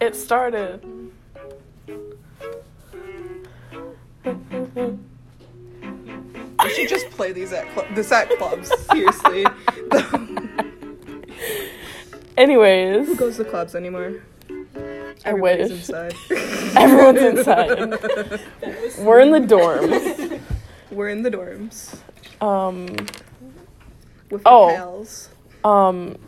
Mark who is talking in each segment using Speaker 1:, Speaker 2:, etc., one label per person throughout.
Speaker 1: It started.
Speaker 2: We should just play these at cl- this at clubs. Seriously,
Speaker 1: Anyways,
Speaker 2: who goes to clubs anymore?
Speaker 1: I wish.
Speaker 2: inside.
Speaker 1: Everyone's inside. We're in the dorms.
Speaker 2: We're in the dorms
Speaker 1: Um,
Speaker 2: with our
Speaker 1: Oh.
Speaker 2: pals.
Speaker 1: um,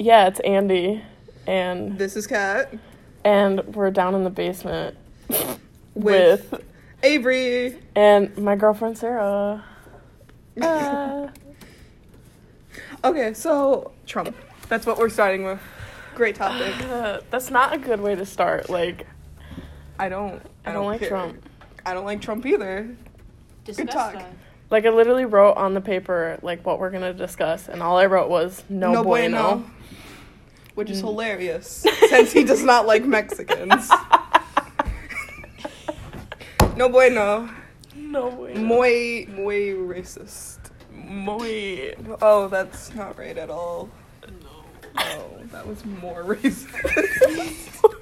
Speaker 1: yeah, it's Andy, and
Speaker 2: This is Kat
Speaker 1: and we're down in the basement
Speaker 2: with,
Speaker 1: with
Speaker 2: Avery.
Speaker 1: and my girlfriend Sarah. Uh,
Speaker 2: Okay, so Trump. That's what we're starting with. Great topic.
Speaker 1: uh, that's not a good way to start. Like,
Speaker 2: I don't.
Speaker 1: I don't like
Speaker 2: care.
Speaker 1: Trump.
Speaker 2: I don't like Trump either.
Speaker 3: Discuss
Speaker 2: talk.
Speaker 3: that.
Speaker 1: Like, I literally wrote on the paper like what we're gonna discuss, and all I wrote was no, bueno. Mm.
Speaker 2: Which is hilarious since he does not like Mexicans. no bueno.
Speaker 1: No bueno.
Speaker 2: Muy, muy racist.
Speaker 1: Muy.
Speaker 2: Oh, that's not right at all. No, that was more racist.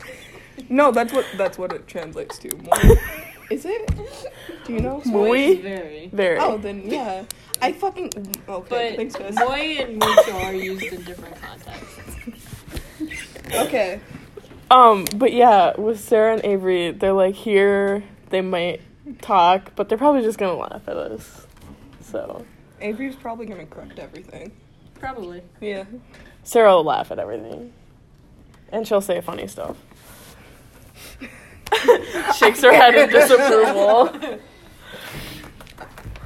Speaker 2: no, that's what that's what it translates to. More. Is it? Do you know?
Speaker 1: Muy?
Speaker 3: It's Very.
Speaker 1: Very.
Speaker 2: Oh, then yeah. I fucking okay.
Speaker 3: But
Speaker 2: thanks, guys.
Speaker 3: boy and mucho are used in different contexts.
Speaker 2: Okay.
Speaker 1: Um, but yeah, with Sarah and Avery, they're like here, they might talk, but they're probably just gonna laugh at us. So
Speaker 2: Avery's probably gonna correct everything.
Speaker 3: Probably.
Speaker 2: Yeah.
Speaker 1: Sarah will laugh at everything. And she'll say funny stuff. Shakes her head in disapproval.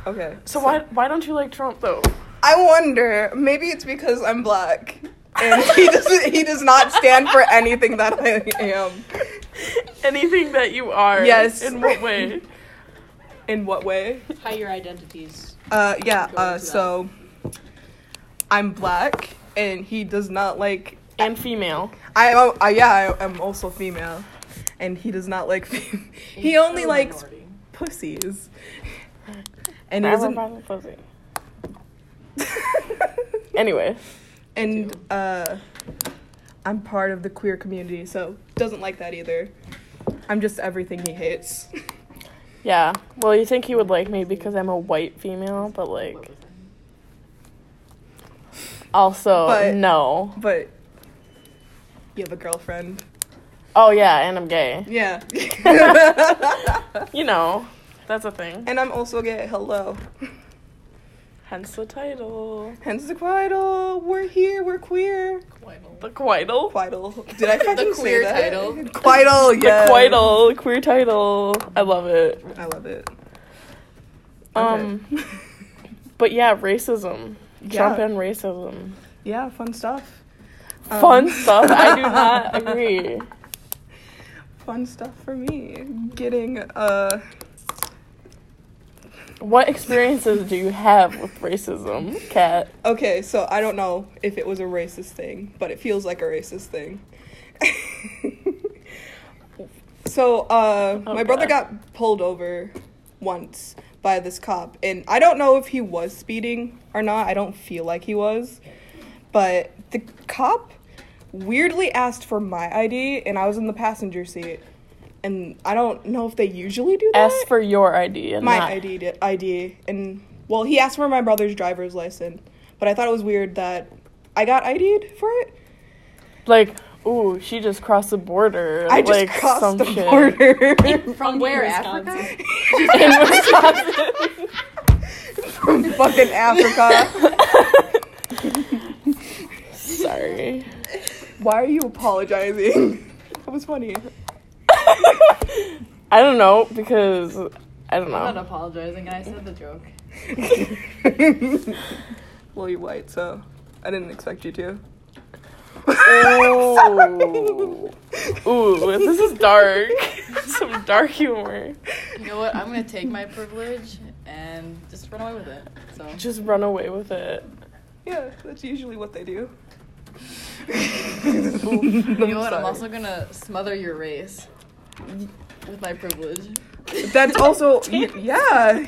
Speaker 2: Okay.
Speaker 1: So why why don't you like Trump though?
Speaker 2: I wonder. Maybe it's because I'm black, and he doesn't. He does not stand for anything that I am.
Speaker 1: Anything that you are.
Speaker 2: Yes.
Speaker 1: In what way?
Speaker 2: In what way?
Speaker 3: How your identities.
Speaker 2: Uh, yeah.
Speaker 3: Go
Speaker 2: Uh,
Speaker 3: into
Speaker 2: so I'm black, and he does not like.
Speaker 1: And female.
Speaker 2: I am. Uh, yeah, I am also female, and he does not like. Fem- he only likes
Speaker 3: Minority.
Speaker 2: pussies, and he
Speaker 1: Never
Speaker 2: doesn't.
Speaker 1: mind the pussy. Anyway.
Speaker 2: and uh, I'm part of the queer community, so doesn't like that either. I'm just everything he hates.
Speaker 1: Yeah. Well you think he would like me because I'm a white female, but like
Speaker 3: What was that?
Speaker 1: Also,
Speaker 2: But-
Speaker 1: no.
Speaker 2: But you have a girlfriend.
Speaker 1: Oh yeah, and I'm gay.
Speaker 2: Yeah.
Speaker 1: You know, that's a thing.
Speaker 2: and I'm also gay. Hello.
Speaker 1: Hence the title,
Speaker 2: Hence the quidal. We're here. We're queer.
Speaker 1: the Quidal.
Speaker 2: Quidal. Did I fucking say
Speaker 3: queer
Speaker 2: that?
Speaker 3: title.
Speaker 2: Quidal. Oh, Yeah.
Speaker 1: The Quidal, queer title. I love it.
Speaker 2: I love it.
Speaker 1: Um, but yeah, racism. Trump
Speaker 2: Yeah.
Speaker 1: and racism.
Speaker 2: Yeah. Fun stuff. Um,
Speaker 1: Fun stuff. I do not agree.
Speaker 2: Fun stuff for me. Getting uh.
Speaker 1: What experiences do you have with racism, Kat?
Speaker 2: Okay, so I don't know if it was a racist thing, but it feels like a racist thing. so, uh,
Speaker 1: Oh,
Speaker 2: my brother
Speaker 1: God.
Speaker 2: got pulled over once by this cop, and I don't know if he was speeding or not. I don't feel like he was, but the cop weirdly asked for my ID, and I was in the passenger seat. And I don't know if they usually do that
Speaker 1: Ask for your ID and
Speaker 2: my
Speaker 1: not-
Speaker 2: ID di- ID and well he asked for my brother's driver's license but I thought it was weird that I got ID'd for it
Speaker 1: Like, ooh, she just crossed the border.
Speaker 2: I just
Speaker 1: like,
Speaker 2: crossed
Speaker 1: some
Speaker 2: the
Speaker 1: shit.
Speaker 2: border
Speaker 3: From where? Africa?
Speaker 1: In Wisconsin.
Speaker 2: from fucking Africa
Speaker 1: Sorry.
Speaker 2: why are you apologizing that was funny
Speaker 1: I don't know because I don't
Speaker 3: I'm not
Speaker 1: know.
Speaker 3: apologizing. I said the joke.
Speaker 2: well you're white so I didn't expect you to
Speaker 1: Oh. Ooh, this is dark. Some dark humor.
Speaker 3: You know what? I'm gonna take my privilege and just run away with it. So
Speaker 1: Just run away with it.
Speaker 2: yeah that's usually what they do
Speaker 3: you know what?
Speaker 2: sorry.
Speaker 3: I'm also gonna smother your race with my privilege.
Speaker 2: that's also y- yeah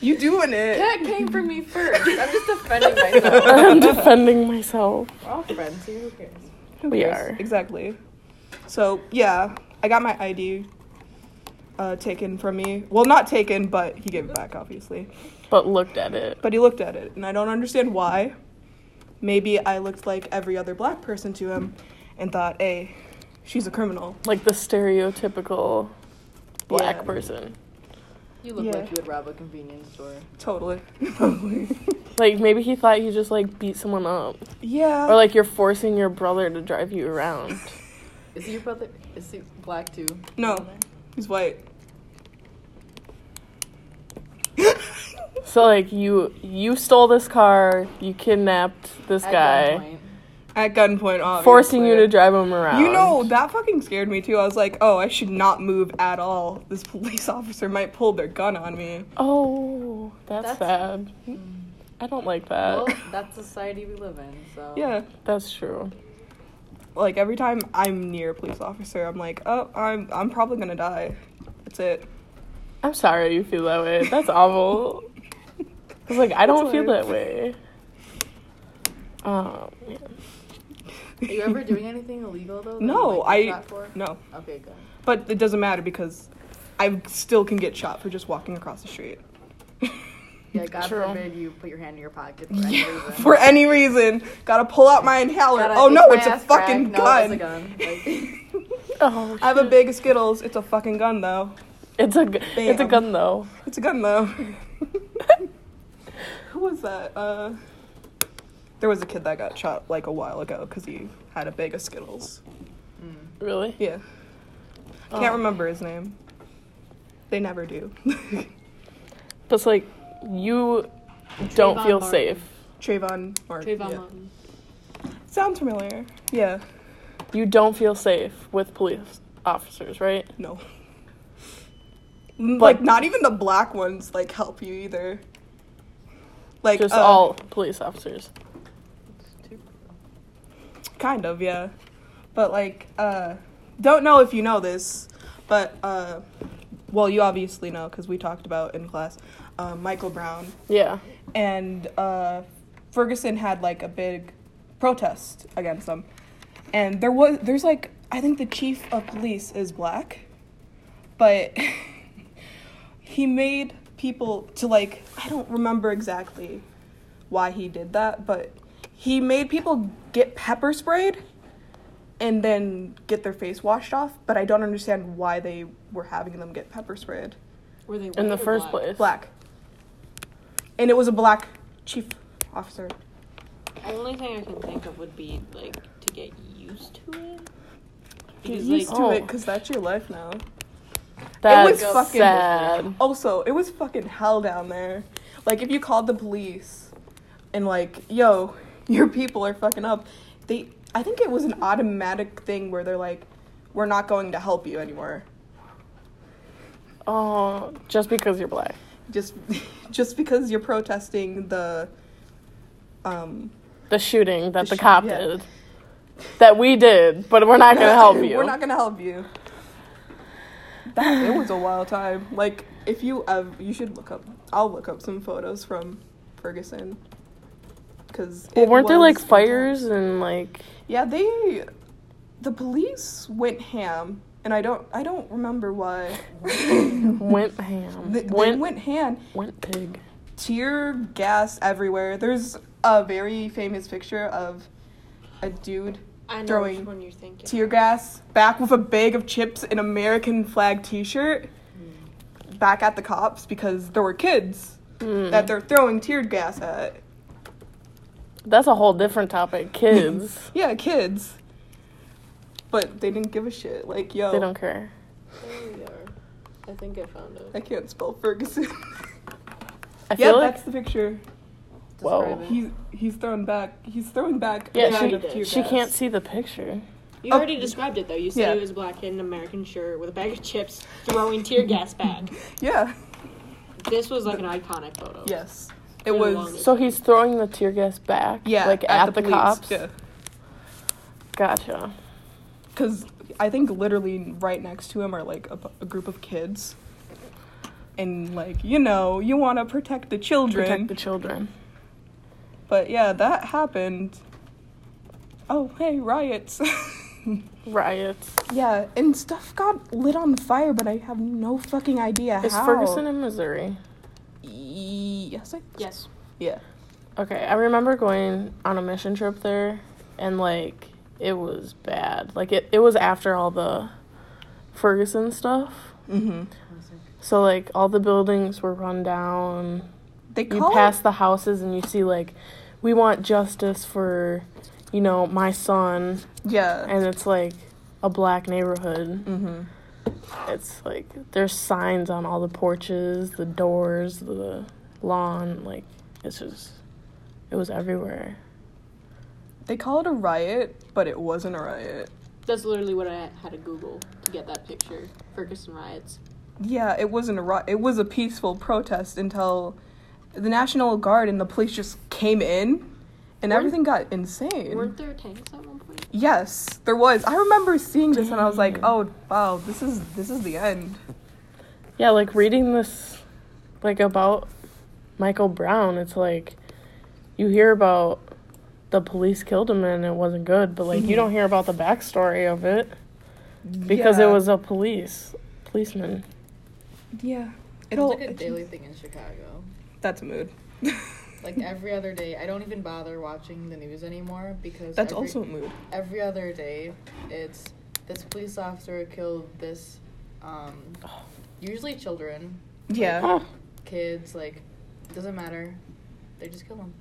Speaker 2: you doing it
Speaker 3: That came from me first. I'm just defending myself.
Speaker 1: I'm defending myself.
Speaker 3: We're all friends. So who cares?
Speaker 2: Who
Speaker 1: We
Speaker 2: cares?
Speaker 1: are.
Speaker 2: Exactly. So yeah, I got my ID uh, taken from me. Well, not taken, but he gave it back, obviously.
Speaker 1: But looked at it.
Speaker 2: But he looked at it, and I don't understand why. Maybe I looked like every other black person to him, and thought, "Hey, she's a criminal."
Speaker 1: Like the stereotypical black
Speaker 2: Yeah.
Speaker 1: person.
Speaker 3: You look
Speaker 2: Yeah.
Speaker 3: like you would rob a convenience store.
Speaker 2: Totally. Totally.
Speaker 1: Like maybe he thought you just like beat someone up.
Speaker 2: yeah.
Speaker 1: Or like you're forcing your brother to drive you around.
Speaker 3: Is he your brother? Is he black too?
Speaker 2: no, he's white.
Speaker 1: So like you you stole this car, you kidnapped this
Speaker 3: At
Speaker 1: guy,
Speaker 3: gunpoint.
Speaker 2: At gunpoint, obviously.
Speaker 1: forcing you to drive him around.
Speaker 2: You know, that fucking scared me too. I was like, oh, I should not move at all. This police officer might pull their gun on me.
Speaker 1: Oh, that's,
Speaker 3: That's-
Speaker 1: sad.
Speaker 2: Mm.
Speaker 1: I don't like that.
Speaker 3: Well, that's the society we live in. So
Speaker 2: Uh. Yeah.
Speaker 1: that's true.
Speaker 2: Like every time I'm near a police officer, I'm like, oh, I'm I'm probably gonna die. That's it.
Speaker 1: I'm sorry you feel that way. That's awful. Cause like I don't
Speaker 2: That's
Speaker 1: feel
Speaker 2: life.
Speaker 1: that way. Um, yeah.
Speaker 3: Are you ever doing anything illegal though? that you
Speaker 2: No,
Speaker 3: might get
Speaker 2: I
Speaker 3: shot for?
Speaker 2: no.
Speaker 3: Okay, good.
Speaker 2: But it doesn't matter because I still can get shot for just walking across the street.
Speaker 3: Yeah, God
Speaker 1: True.
Speaker 3: forbid you put your hand in your pocket for any reason.
Speaker 2: For any reason, gotta pull out my inhaler.
Speaker 3: Gotta-
Speaker 2: oh no,
Speaker 3: my
Speaker 2: it's a
Speaker 3: ass crack.
Speaker 2: fucking
Speaker 3: No, it's a
Speaker 2: gun.
Speaker 3: gun. Like,
Speaker 1: Oh,
Speaker 2: I have a
Speaker 1: shit.
Speaker 2: big Skittles. It's a fucking gun though.
Speaker 1: It's a gu- it's a
Speaker 2: Bam.
Speaker 1: gun though.
Speaker 2: It's a gun though. Who was that? Uh, there was a kid that got shot like a while ago because he had a bag of Skittles.
Speaker 1: Really?
Speaker 2: Yeah.
Speaker 1: Oh.
Speaker 2: Can't remember his name. They never do.
Speaker 1: But it's like you don't
Speaker 4: Trayvon
Speaker 1: feel
Speaker 4: Martin.
Speaker 1: safe.
Speaker 2: Trayvon Martin.
Speaker 4: Trayvon
Speaker 2: yeah.
Speaker 4: Martin.
Speaker 2: Sounds familiar. Yeah.
Speaker 1: You don't feel safe with police officers, right?
Speaker 2: No. like not even the black ones like help you either. Like
Speaker 1: Just
Speaker 2: uh,
Speaker 1: all police officers.
Speaker 2: Kind of, yeah. But like, uh, don't know if you know this, but uh, well, you obviously know because we talked about in class, uh, Michael Brown
Speaker 1: Yeah.
Speaker 2: and uh, Ferguson had like a big protest against them, and there was there's like I think the chief of police is black, but he made people to like I don't remember exactly why he did that, but he made people get pepper sprayed and then get their face washed off, but I don't understand why they were having them get pepper sprayed
Speaker 4: Were they
Speaker 1: In
Speaker 4: white
Speaker 1: the
Speaker 4: or
Speaker 1: first
Speaker 4: black?
Speaker 1: place.
Speaker 2: black. And it was a black chief officer.
Speaker 4: The only thing I can think of would be like to get used to it.
Speaker 2: Get
Speaker 4: Because,
Speaker 2: used
Speaker 4: like,
Speaker 2: to
Speaker 1: oh.
Speaker 2: it because that's your life now.
Speaker 1: That's
Speaker 2: it was fucking
Speaker 1: sad.
Speaker 2: Also, it was fucking hell down there. Like if you called the police and like, yo, your people are fucking up, they I think it was an automatic thing where they're like, We're not going to help you anymore.
Speaker 1: Oh, just because you're black.
Speaker 2: Just just because you're protesting the um
Speaker 1: The shooting that
Speaker 2: The
Speaker 1: the
Speaker 2: shoot-
Speaker 1: cop
Speaker 2: yeah.
Speaker 1: did. That we did, but we're not gonna help you.
Speaker 2: We're not gonna help you. That it was a wild time. Like if you ev- you should look up. I'll look up some photos from Ferguson. Cause
Speaker 1: well,
Speaker 2: it
Speaker 1: weren't there like
Speaker 2: was-
Speaker 1: fires and like
Speaker 2: Yeah, they, the police went ham, and I don't I don't remember why.
Speaker 1: went ham?
Speaker 2: They, they
Speaker 1: went,
Speaker 2: went ham.
Speaker 1: went pig.
Speaker 2: tear gas everywhere. There's a very famous picture of a dude
Speaker 4: I know
Speaker 2: throwing
Speaker 4: which one you're thinking.
Speaker 2: tear gas back with a bag of chips and American flag T-shirt back at the cops because there were kids
Speaker 1: Mm.
Speaker 2: that they're throwing tear gas at.
Speaker 1: That's a whole different topic. Kids.
Speaker 2: Yeah, kids. But they didn't give a shit. Like, yo,
Speaker 1: They don't care.
Speaker 4: There we are. I think I found
Speaker 2: I
Speaker 4: it.
Speaker 2: can't spell Ferguson.
Speaker 1: I
Speaker 2: yeah,
Speaker 1: feel like
Speaker 2: that's the picture.
Speaker 1: Whoa.
Speaker 3: Describe it.
Speaker 2: He's he's throwing back. He's throwing back. a
Speaker 1: Yeah,
Speaker 2: round
Speaker 1: she-
Speaker 2: of tear
Speaker 1: she
Speaker 2: gas.
Speaker 1: can't see the picture.
Speaker 4: You
Speaker 2: Oh.
Speaker 4: already described it though. You said
Speaker 2: Yeah.
Speaker 4: he was black in an American shirt with a bag of chips, throwing tear gas back.
Speaker 2: Yeah.
Speaker 4: This was like an iconic photo.
Speaker 2: Yes. It
Speaker 4: Been a
Speaker 2: was.
Speaker 4: long time.
Speaker 1: So he's throwing the tear gas back,
Speaker 2: Yeah.
Speaker 1: like at, the,
Speaker 2: police.
Speaker 1: cops.
Speaker 2: Yeah.
Speaker 1: Gotcha.
Speaker 2: Because I think literally right next to him are like a, bu- a group of kids. And like, you know, you want to protect the children.
Speaker 1: Protect the children.
Speaker 2: but yeah, that happened. Oh, hey, riots.
Speaker 1: Riots.
Speaker 2: Yeah, and stuff got lit on fire, but I have no fucking idea
Speaker 1: Is
Speaker 2: how.
Speaker 1: Ferguson in Missouri?
Speaker 2: Yes, I.
Speaker 4: Yes.
Speaker 2: Yeah.
Speaker 1: Okay, I remember going on a mission trip there and like it was bad. Like it, it was after all the Ferguson stuff.
Speaker 2: Mm-hmm.
Speaker 1: So like all the buildings were run down.
Speaker 2: They
Speaker 1: You
Speaker 2: call
Speaker 1: pass the houses and you see like we want justice for you know, my son
Speaker 2: it. Yeah.
Speaker 1: and it's like a black neighborhood.
Speaker 2: mm-hmm.
Speaker 1: It's like there's signs on all the porches, the doors, the lawn, like it's just it was everywhere.
Speaker 2: They call it a riot, but it wasn't a riot.
Speaker 4: That's literally what I had to Google to get that picture. Ferguson riots.
Speaker 2: Yeah, it wasn't a riot. It was a peaceful protest until the National Guard and the police just came in, and
Speaker 4: Weren't-
Speaker 2: everything got insane.
Speaker 4: Weren't there tanks at one point?
Speaker 2: Yes, there was. I remember seeing this, and I was like,
Speaker 1: Dang.
Speaker 2: "Oh wow, this is this is the end."
Speaker 1: Yeah, like reading this, like about Michael Brown, it's like you hear about the police killed him and it wasn't good, but like
Speaker 2: Mm-hmm.
Speaker 1: you don't hear about the backstory of it because
Speaker 2: Yeah.
Speaker 1: it was a police policeman.
Speaker 2: Yeah,
Speaker 3: It's
Speaker 2: it'll.
Speaker 3: like a daily thing in Chicago.
Speaker 2: That's a mood.
Speaker 3: Like every other day, I don't even bother watching the news anymore because
Speaker 2: That's
Speaker 3: every,
Speaker 2: also a mood.
Speaker 3: every other day it's this police officer killed this, um, usually children,
Speaker 2: Yeah.
Speaker 1: Oh,
Speaker 3: kids, like doesn't matter, they just kill them.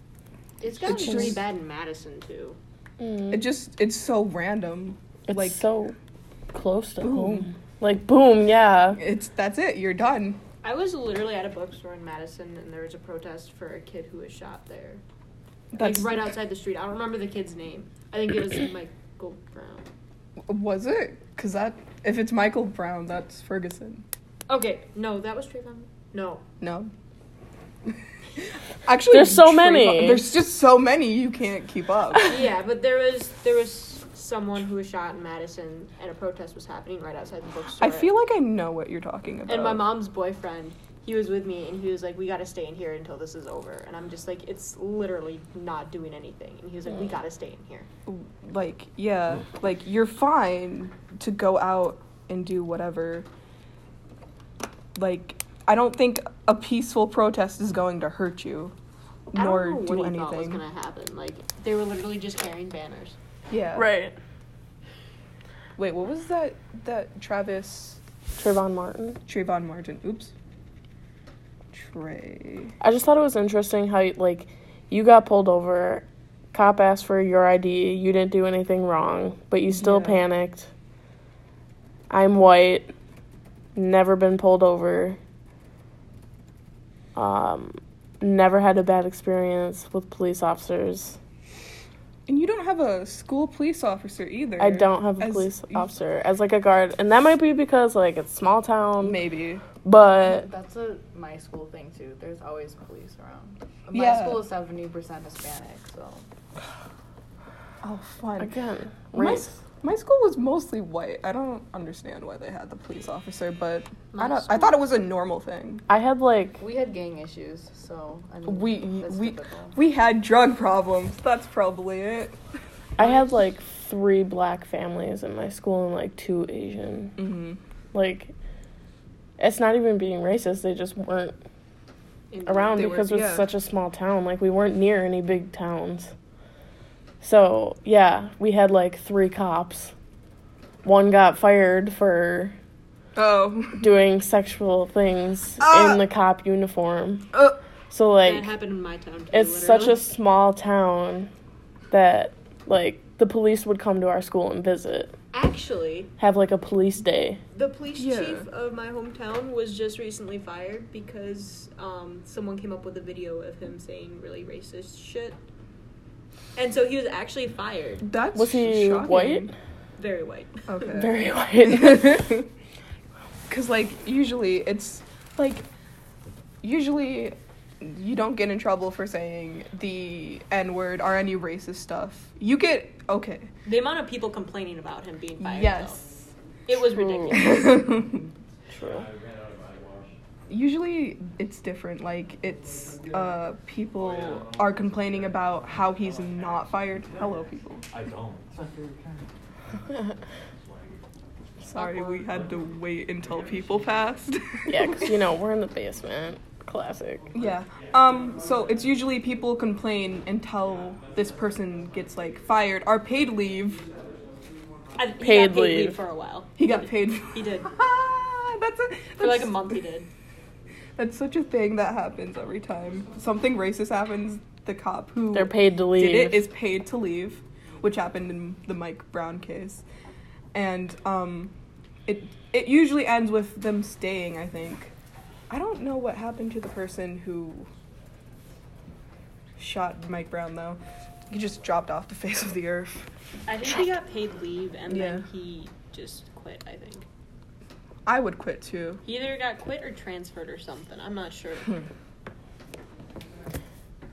Speaker 4: It's gotten
Speaker 2: It's
Speaker 4: pretty
Speaker 2: just-
Speaker 4: bad in Madison too.
Speaker 2: It just it's so random.
Speaker 1: it's
Speaker 2: Mm. like-
Speaker 1: so close to
Speaker 2: Boom.
Speaker 1: home. Like boom, yeah.
Speaker 2: It's that's it. You're done.
Speaker 4: I was literally at a bookstore in Madison and there was a protest for a kid who was shot there.
Speaker 2: That's
Speaker 4: Like right outside the street. I don't remember the kid's name. I think it was Michael Brown.
Speaker 2: Was it? Cause that if it's Michael Brown, that's Ferguson.
Speaker 4: Okay, no, that was Trayvon. No,
Speaker 2: No. Actually,
Speaker 1: There's so
Speaker 2: Trayvon-
Speaker 1: many.
Speaker 2: There's just so many you can't keep up.
Speaker 4: yeah, but there was there was someone who was shot in Madison, and a protest was happening right outside the bookstore.
Speaker 2: I feel like I know what you're talking about.
Speaker 4: and my mom's boyfriend, he was with me, and he was like, "We gotta stay in here until this is over." And I'm just like, "It's literally not doing anything." And he was like, "We gotta stay in here."
Speaker 2: like yeah like you're fine to go out and do whatever like i don't think a peaceful protest is going to hurt you
Speaker 4: I
Speaker 2: nor
Speaker 4: don't know
Speaker 2: do
Speaker 4: what he thought was
Speaker 2: anything
Speaker 4: gonna happen. Like they were literally just carrying banners.
Speaker 2: yeah
Speaker 1: Right.
Speaker 2: wait what was that that travis
Speaker 1: Trayvon Martin.
Speaker 2: trayvon martin oops trey
Speaker 1: I just thought it was interesting how like you got pulled over, cop asked for your ID, you didn't do anything wrong, but you still
Speaker 2: Yeah.
Speaker 1: panicked. I'm white, never been pulled over. Um never had a bad experience with police officers.
Speaker 2: and you don't have a school police officer either
Speaker 1: I don't have a
Speaker 2: As-
Speaker 1: police officer as like a guard, and that might be because like it's small town,
Speaker 2: maybe
Speaker 1: but
Speaker 3: That's a my school thing too. There's always police around. My
Speaker 2: Yeah.
Speaker 3: school is seventy percent Hispanic, so
Speaker 2: oh fun
Speaker 1: again,
Speaker 2: My
Speaker 1: race.
Speaker 2: My school was mostly white. I don't understand why they had the police officer, but I
Speaker 4: My
Speaker 2: don't. I
Speaker 4: school-
Speaker 2: thought it was a normal thing.
Speaker 1: I had like
Speaker 3: we had gang issues. So I mean,
Speaker 2: We
Speaker 3: that's
Speaker 2: we
Speaker 3: typical.
Speaker 2: we had drug problems. That's probably it.
Speaker 1: I had like three black families in my school and like two Asian.
Speaker 2: Mm-hmm.
Speaker 1: Like, it's not even being racist. They just weren't
Speaker 4: In
Speaker 1: around
Speaker 2: They were-
Speaker 1: because it's
Speaker 2: yeah.
Speaker 1: such a small town. Like, we weren't near any big towns. So, yeah, we had like three cops. One got fired for
Speaker 2: Oh,
Speaker 1: doing sexual things
Speaker 2: Ah!
Speaker 1: in the cop uniform.
Speaker 2: uh,
Speaker 1: So,
Speaker 4: that
Speaker 1: like,
Speaker 4: happened in my town. Too,
Speaker 1: it's such a
Speaker 4: literally.
Speaker 1: small town that, like, the police would come to our school and visit,
Speaker 4: actually.
Speaker 1: have like a police day.
Speaker 4: The police
Speaker 2: Yeah.
Speaker 4: chief of my hometown was just recently fired because um, someone came up with a video of him saying really racist shit. And so he was actually fired.
Speaker 2: that's
Speaker 1: Was he
Speaker 2: shocking.
Speaker 1: white?
Speaker 4: Very white.
Speaker 2: Okay.
Speaker 1: Very white.
Speaker 2: Because, like, usually it's like, usually you don't get in trouble for saying the N word or any racist stuff. You get, okay.
Speaker 4: The amount of people complaining about him being fired.
Speaker 2: yes.
Speaker 4: Though, it was
Speaker 1: True.
Speaker 4: ridiculous.
Speaker 1: True.
Speaker 2: Usually it's different. Like it's uh people are complaining about how he's not fired. Hello people.
Speaker 5: I don't.
Speaker 2: Sorry, we had to wait until people passed.
Speaker 1: yeah, because, you know, we're in the basement. Classic.
Speaker 2: Yeah. Um, so it's usually people complain until this person gets like fired or paid leave.
Speaker 4: I, he got
Speaker 1: Paid
Speaker 4: paid leave.
Speaker 1: leave.
Speaker 4: for a while.
Speaker 2: He got paid.
Speaker 4: He did.
Speaker 2: that's a, that's,
Speaker 4: For like a month, he did.
Speaker 2: That's such a thing that happens every time something racist happens. The cop who
Speaker 1: They're paid to leave.
Speaker 2: did it is paid to leave, which happened in the Mike Brown case, and um, it it usually ends with them staying. I think. I don't know what happened to the person who shot Mike Brown though. He just dropped off the face of the earth.
Speaker 4: I think he got paid leave and then
Speaker 2: Yeah.
Speaker 4: he just quit, I think.
Speaker 2: I would quit too.
Speaker 4: He either got quit or transferred or something. I'm not sure.
Speaker 3: Hmm.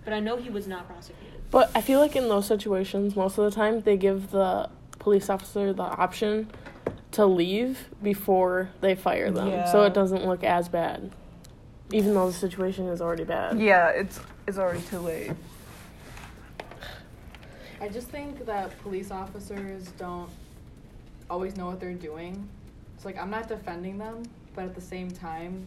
Speaker 4: but I know he was not prosecuted.
Speaker 1: But I feel like in those situations, most of the time, they give the police officer the option to leave before they fire them, so
Speaker 2: Yeah.
Speaker 1: it doesn't look as bad, even though the situation is already bad.
Speaker 2: Yeah, it's it's already too late.
Speaker 3: I just think that police officers don't always know what they're doing. It's like I'm not defending them, but at the same time,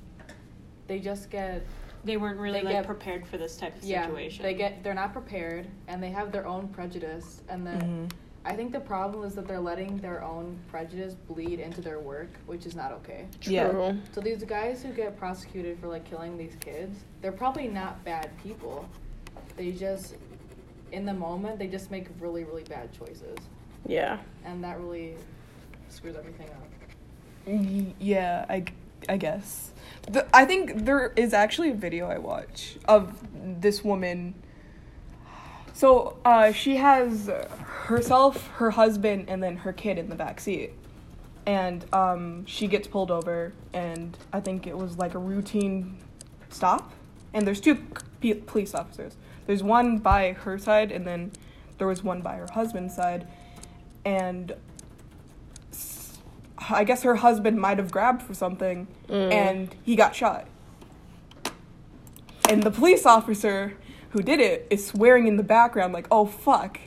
Speaker 3: they just get
Speaker 4: They weren't really
Speaker 3: They
Speaker 4: like
Speaker 3: get-
Speaker 4: prepared for this type of
Speaker 3: yeah,
Speaker 4: situation.
Speaker 3: they get they're not prepared and they have their own prejudice and then
Speaker 2: Mhm.
Speaker 3: I think the problem is that they're letting their own prejudice bleed into their work, which is not okay.
Speaker 1: True.
Speaker 2: Yeah.
Speaker 3: So these guys who get prosecuted for like killing these kids, they're probably not bad people. They just in the moment they just make really really bad choices
Speaker 1: Yeah.
Speaker 3: and that really screws everything up.
Speaker 2: Y- Mm, Yeah, I, I guess. The, I think there is actually a video I watch of this woman. So uh, she has herself, her husband, and then her kid in the back seat. And um, she gets pulled over, and I think it was like a routine stop. And there's two p- police officers. There's one by her side, and then there was one by her husband's side. And s- I guess her husband might have grabbed for something and he got shot. And the police officer who did it is swearing in the background, like, oh fuck.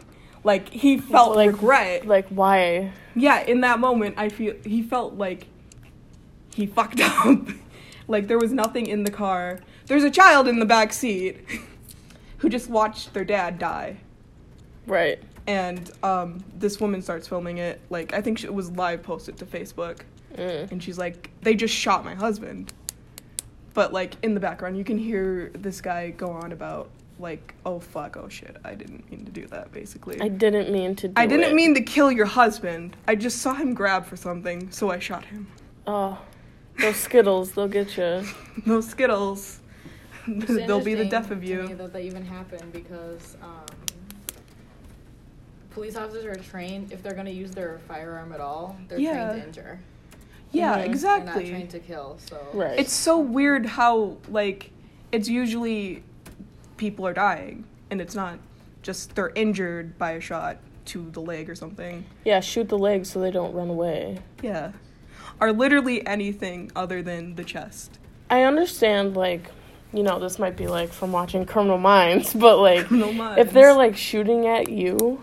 Speaker 2: Like, he felt
Speaker 1: like-
Speaker 2: regret.
Speaker 1: Like, why?
Speaker 2: yeah, in that moment, I feel he felt like he fucked up. like, there was nothing in the car. There's a child in the back seat who just watched their dad die
Speaker 1: Right.
Speaker 2: and um, this woman starts filming it. Like I think she- it was live posted to Facebook,
Speaker 1: Mm.
Speaker 2: and she's like, "They just shot my husband," but like in the background, you can hear this guy go on about like, "Oh fuck, oh shit, I didn't mean to do that." Basically,
Speaker 1: I didn't mean to do
Speaker 2: I didn't
Speaker 1: it.
Speaker 2: mean to kill your husband. I just saw him grab for something, so I shot him.
Speaker 1: Oh, those Skittles, they'll get you.
Speaker 2: Those Skittles,
Speaker 3: It's
Speaker 2: they'll be the
Speaker 3: interesting
Speaker 2: death of
Speaker 3: to
Speaker 2: you.
Speaker 3: me that they even happen because um, police officers are trained if they're going to use their firearm at all, they're
Speaker 2: Yeah.
Speaker 3: trained to injure.
Speaker 2: yeah,
Speaker 3: They're
Speaker 2: exactly.
Speaker 3: not trained to kill. So
Speaker 1: Right.
Speaker 2: It's so weird how like it's usually people are dying and it's not just they're injured by a shot to the leg or something.
Speaker 1: yeah, shoot the legs so they don't run away.
Speaker 2: Yeah. Or literally anything other than the chest.
Speaker 1: I understand, like, you know, this might be like from watching Criminal Minds, but like,
Speaker 2: Criminal
Speaker 1: if they're
Speaker 2: Minds.
Speaker 1: like shooting at you,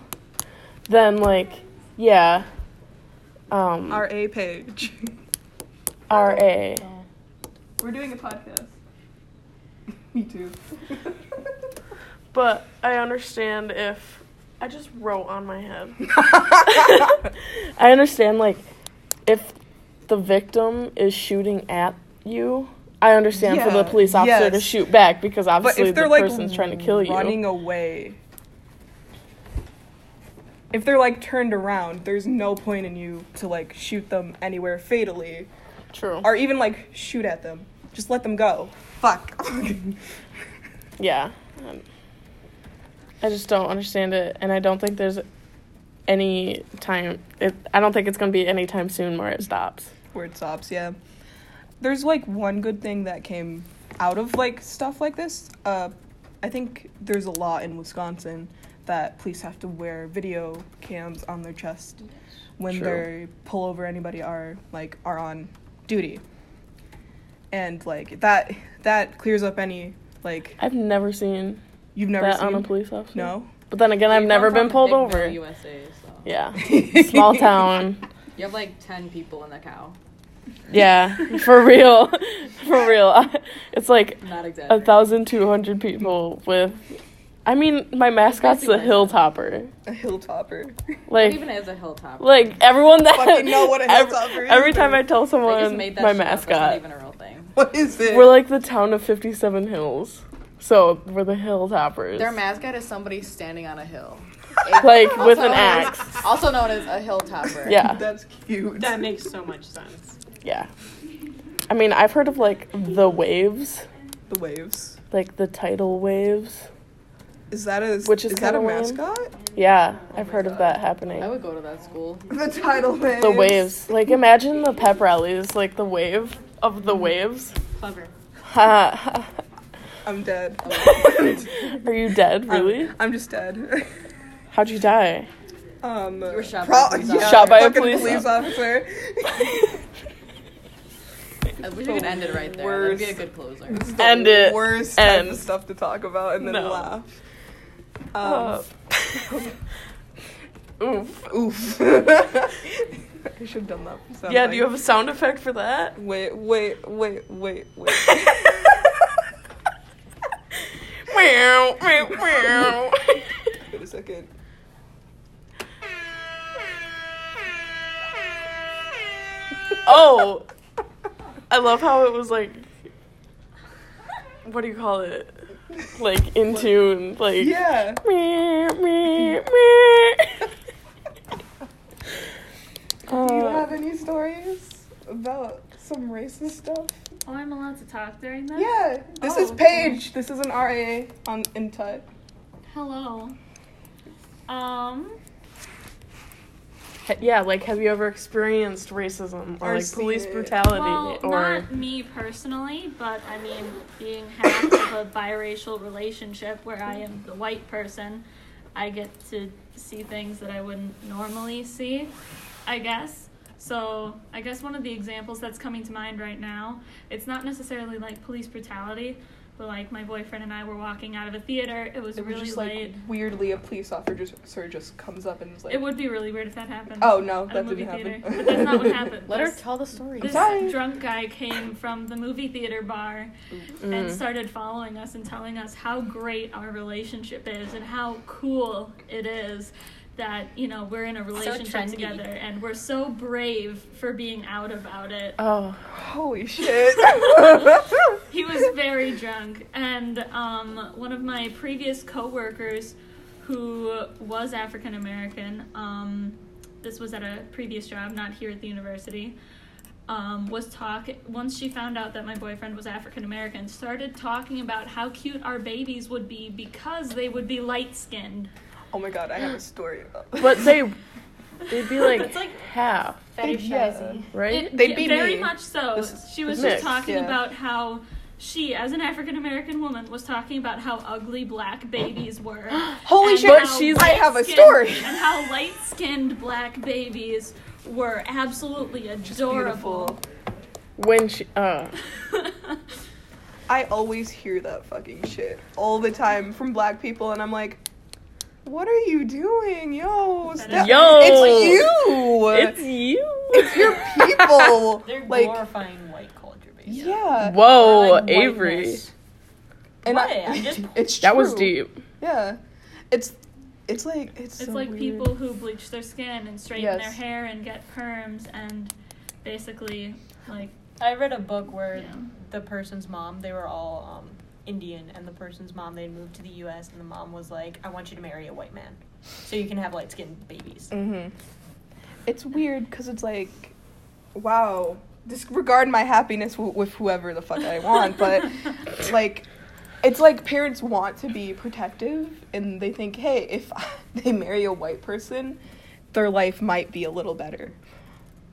Speaker 1: then like, yeah, um,
Speaker 2: Our A page.
Speaker 1: R A.
Speaker 3: So,
Speaker 2: We're doing a podcast. Me too.
Speaker 1: But I understand if I just wrote on my head. I understand, like, if the victim is shooting at you. I understand for the
Speaker 2: Yeah,
Speaker 1: police officer to
Speaker 2: yes.
Speaker 1: shoot back because
Speaker 2: But
Speaker 1: obviously
Speaker 2: if
Speaker 1: the
Speaker 2: they're like
Speaker 1: person's trying to kill you.
Speaker 2: running away. If they're like turned around, there's no point in you to like shoot them anywhere fatally.
Speaker 1: True.
Speaker 2: or even like shoot at them. Just let them go. Fuck.
Speaker 1: Yeah. Um, I just don't understand it, and I don't think there's any time. It, I don't think it's going to be any time soon where it stops.
Speaker 2: Where it stops, yeah. There's like one good thing that came out of like stuff like this. Uh, I think there's a law in Wisconsin that police have to wear video cams on their chest when
Speaker 1: True.
Speaker 2: they pull over anybody are like are on duty. And like that that clears up any like
Speaker 1: I've never seen
Speaker 2: you've never
Speaker 1: that
Speaker 2: seen
Speaker 1: on a police officer.
Speaker 2: No.
Speaker 1: But then again, I've
Speaker 3: You
Speaker 1: never
Speaker 3: come
Speaker 1: been
Speaker 3: from the
Speaker 1: pulled over.
Speaker 3: big middle USA, so.
Speaker 1: Yeah. Small town.
Speaker 3: You have like 10 people in the cow.
Speaker 1: Yeah, for real. for real. It's like
Speaker 3: I'm not
Speaker 1: a
Speaker 3: exaggerating.
Speaker 1: thousand two hundred people with. I mean, my mascot's the hilltopper.
Speaker 2: A hilltopper.
Speaker 3: Like, even
Speaker 1: Like,
Speaker 3: as a hilltop.
Speaker 1: like everyone that
Speaker 2: Fucking know what a
Speaker 1: every,
Speaker 2: hilltopper is,
Speaker 1: every time
Speaker 2: but-
Speaker 1: I tell
Speaker 3: they just
Speaker 1: someone
Speaker 3: made that
Speaker 1: um, my
Speaker 3: shit up. That's not
Speaker 1: mascot,
Speaker 3: even a real thing.
Speaker 2: What is it?
Speaker 1: we're like the town of fifty seven hills. So we're the hilltoppers.
Speaker 3: Their mascot is somebody standing on a hill.
Speaker 1: like with
Speaker 3: Also
Speaker 1: an
Speaker 3: known as-
Speaker 1: axe.
Speaker 3: also known as a hilltopper.
Speaker 1: Yeah.
Speaker 2: That's cute.
Speaker 4: That makes so much sense.
Speaker 1: Yeah. I mean, I've heard of like the waves,
Speaker 2: the waves.
Speaker 1: like the tidal waves.
Speaker 2: Is that a
Speaker 1: Which is
Speaker 2: is that
Speaker 1: kinda
Speaker 2: a
Speaker 1: lame.
Speaker 2: mascot?
Speaker 1: Yeah, I've heard of that happening.
Speaker 3: I would go to that school.
Speaker 2: The tidal waves.
Speaker 1: the waves. Like imagine the pep rallies, like the wave of
Speaker 3: Mm-hmm.
Speaker 1: the waves.
Speaker 4: Clever.
Speaker 1: Ha.
Speaker 2: I'm dead.
Speaker 1: Are you dead, really?
Speaker 2: I'm, I'm just dead.
Speaker 1: How'd you die?
Speaker 2: Um, you
Speaker 3: were shot by a police officer.
Speaker 1: Shot by a
Speaker 2: fucking
Speaker 1: police
Speaker 2: officer.
Speaker 3: I wish we could end it right there. That'd be a good closer.
Speaker 2: The
Speaker 1: End it.
Speaker 2: Worst
Speaker 1: End.
Speaker 2: type of stuff to talk about and then
Speaker 1: No.
Speaker 2: laugh. Um,
Speaker 1: Uh, Oof.
Speaker 2: Oof. I should have done that. sound
Speaker 1: Yeah, do you
Speaker 2: bite.
Speaker 1: have a sound effect for that?
Speaker 2: Wait, wait, wait, wait, wait.
Speaker 1: Meow, meow, meow.
Speaker 2: Wait a second.
Speaker 1: Oh, I love how it was like, what do you call it? Like in tune, like
Speaker 2: Yeah.
Speaker 1: Meh, meh, meh.
Speaker 2: Do you
Speaker 1: Uh,
Speaker 2: have any stories about some racist stuff?
Speaker 5: Oh, I'm allowed to talk during that?
Speaker 2: Yeah. This is
Speaker 5: Oh.
Speaker 2: Paige. This is an RA on in Tut.
Speaker 5: Hello. Um,
Speaker 1: ha- yeah, like have you ever experienced racism or
Speaker 2: Or
Speaker 1: like
Speaker 2: seen
Speaker 1: police
Speaker 2: it?
Speaker 1: brutality
Speaker 5: well,
Speaker 1: or
Speaker 5: not me personally, but I mean, being half of a biracial relationship where I am the white person, I get to see things that I wouldn't normally see, I guess. So, I guess one of the examples that's coming to mind right now, it's not necessarily like police brutality, but like my boyfriend and I were walking out of a theater. It was
Speaker 2: It was
Speaker 5: really
Speaker 2: just
Speaker 5: late.
Speaker 2: like weirdly a police officer just, sort of just comes up and is like,
Speaker 5: It would be really weird if that happened.
Speaker 2: Oh no,
Speaker 5: at a
Speaker 2: that
Speaker 5: movie
Speaker 2: didn't happen.
Speaker 5: theater. But that's not what happened.
Speaker 3: Let her
Speaker 5: This-
Speaker 3: tell the story.
Speaker 5: This
Speaker 2: sorry.
Speaker 5: drunk guy came from the movie theater bar
Speaker 2: Mm-hmm.
Speaker 5: and started following us and telling us how great our relationship is and how cool it is that you know we're in a relationship
Speaker 3: trendy.
Speaker 5: together and we're so brave for being out about it.
Speaker 1: oh
Speaker 2: Holy shit.
Speaker 5: He was very drunk, and um, one of my previous coworkers, who was African American, um, this was at a previous job, not here at the university, um, was talk. Once she found out that my boyfriend was African American, started talking about how cute our babies would be because they would be light skinned.
Speaker 2: oh my god, I have a story about that.
Speaker 1: but they they'd be like,
Speaker 5: It's like-
Speaker 1: half
Speaker 2: Yeah.
Speaker 1: right
Speaker 5: It-
Speaker 2: They
Speaker 5: yeah,
Speaker 2: beat
Speaker 5: very
Speaker 2: me.
Speaker 5: much so.
Speaker 2: This is-
Speaker 5: she was
Speaker 1: this
Speaker 5: just
Speaker 1: is-
Speaker 5: talking
Speaker 2: yeah.
Speaker 5: about how she, as an African American woman, was talking about how ugly black babies were.
Speaker 2: Holy
Speaker 5: and
Speaker 2: shit,
Speaker 1: But
Speaker 5: how
Speaker 1: she's-
Speaker 2: I have a
Speaker 5: light-skinned-
Speaker 2: story.
Speaker 5: And how light-skinned black babies were absolutely adorable.
Speaker 2: Beautiful.
Speaker 1: when she uh
Speaker 2: I always hear that fucking shit all the time from black people, and I'm like, what are you doing, yo? step-
Speaker 1: Yo.
Speaker 2: it's you.
Speaker 1: it's you
Speaker 2: It's your people.
Speaker 6: They're
Speaker 2: like,
Speaker 6: glorifying white culture, basically.
Speaker 2: yeah.
Speaker 1: whoa
Speaker 6: Like
Speaker 1: Avery
Speaker 6: whiteness.
Speaker 2: And I-
Speaker 6: Why? I'm just-
Speaker 2: it's
Speaker 1: that was
Speaker 2: true.
Speaker 1: deep
Speaker 2: Yeah, it's it's like it's
Speaker 5: It's
Speaker 2: so
Speaker 5: like
Speaker 2: weird.
Speaker 5: people who bleach their skin and straighten their
Speaker 2: Yes.
Speaker 5: hair and get perms and basically like
Speaker 6: I read a book where
Speaker 5: Yeah.
Speaker 6: the person's mom, they were all um, Indian, and the person's mom, they moved to the U.S., and the mom was like, I want you to marry a white man so you can have light skinned babies.
Speaker 2: Mm-hmm. It's weird because it's like, wow, disregard my happiness w- with whoever the fuck I want, but like, it's like parents want to be protective and they think, hey, if they marry a white person, their life might be a little better.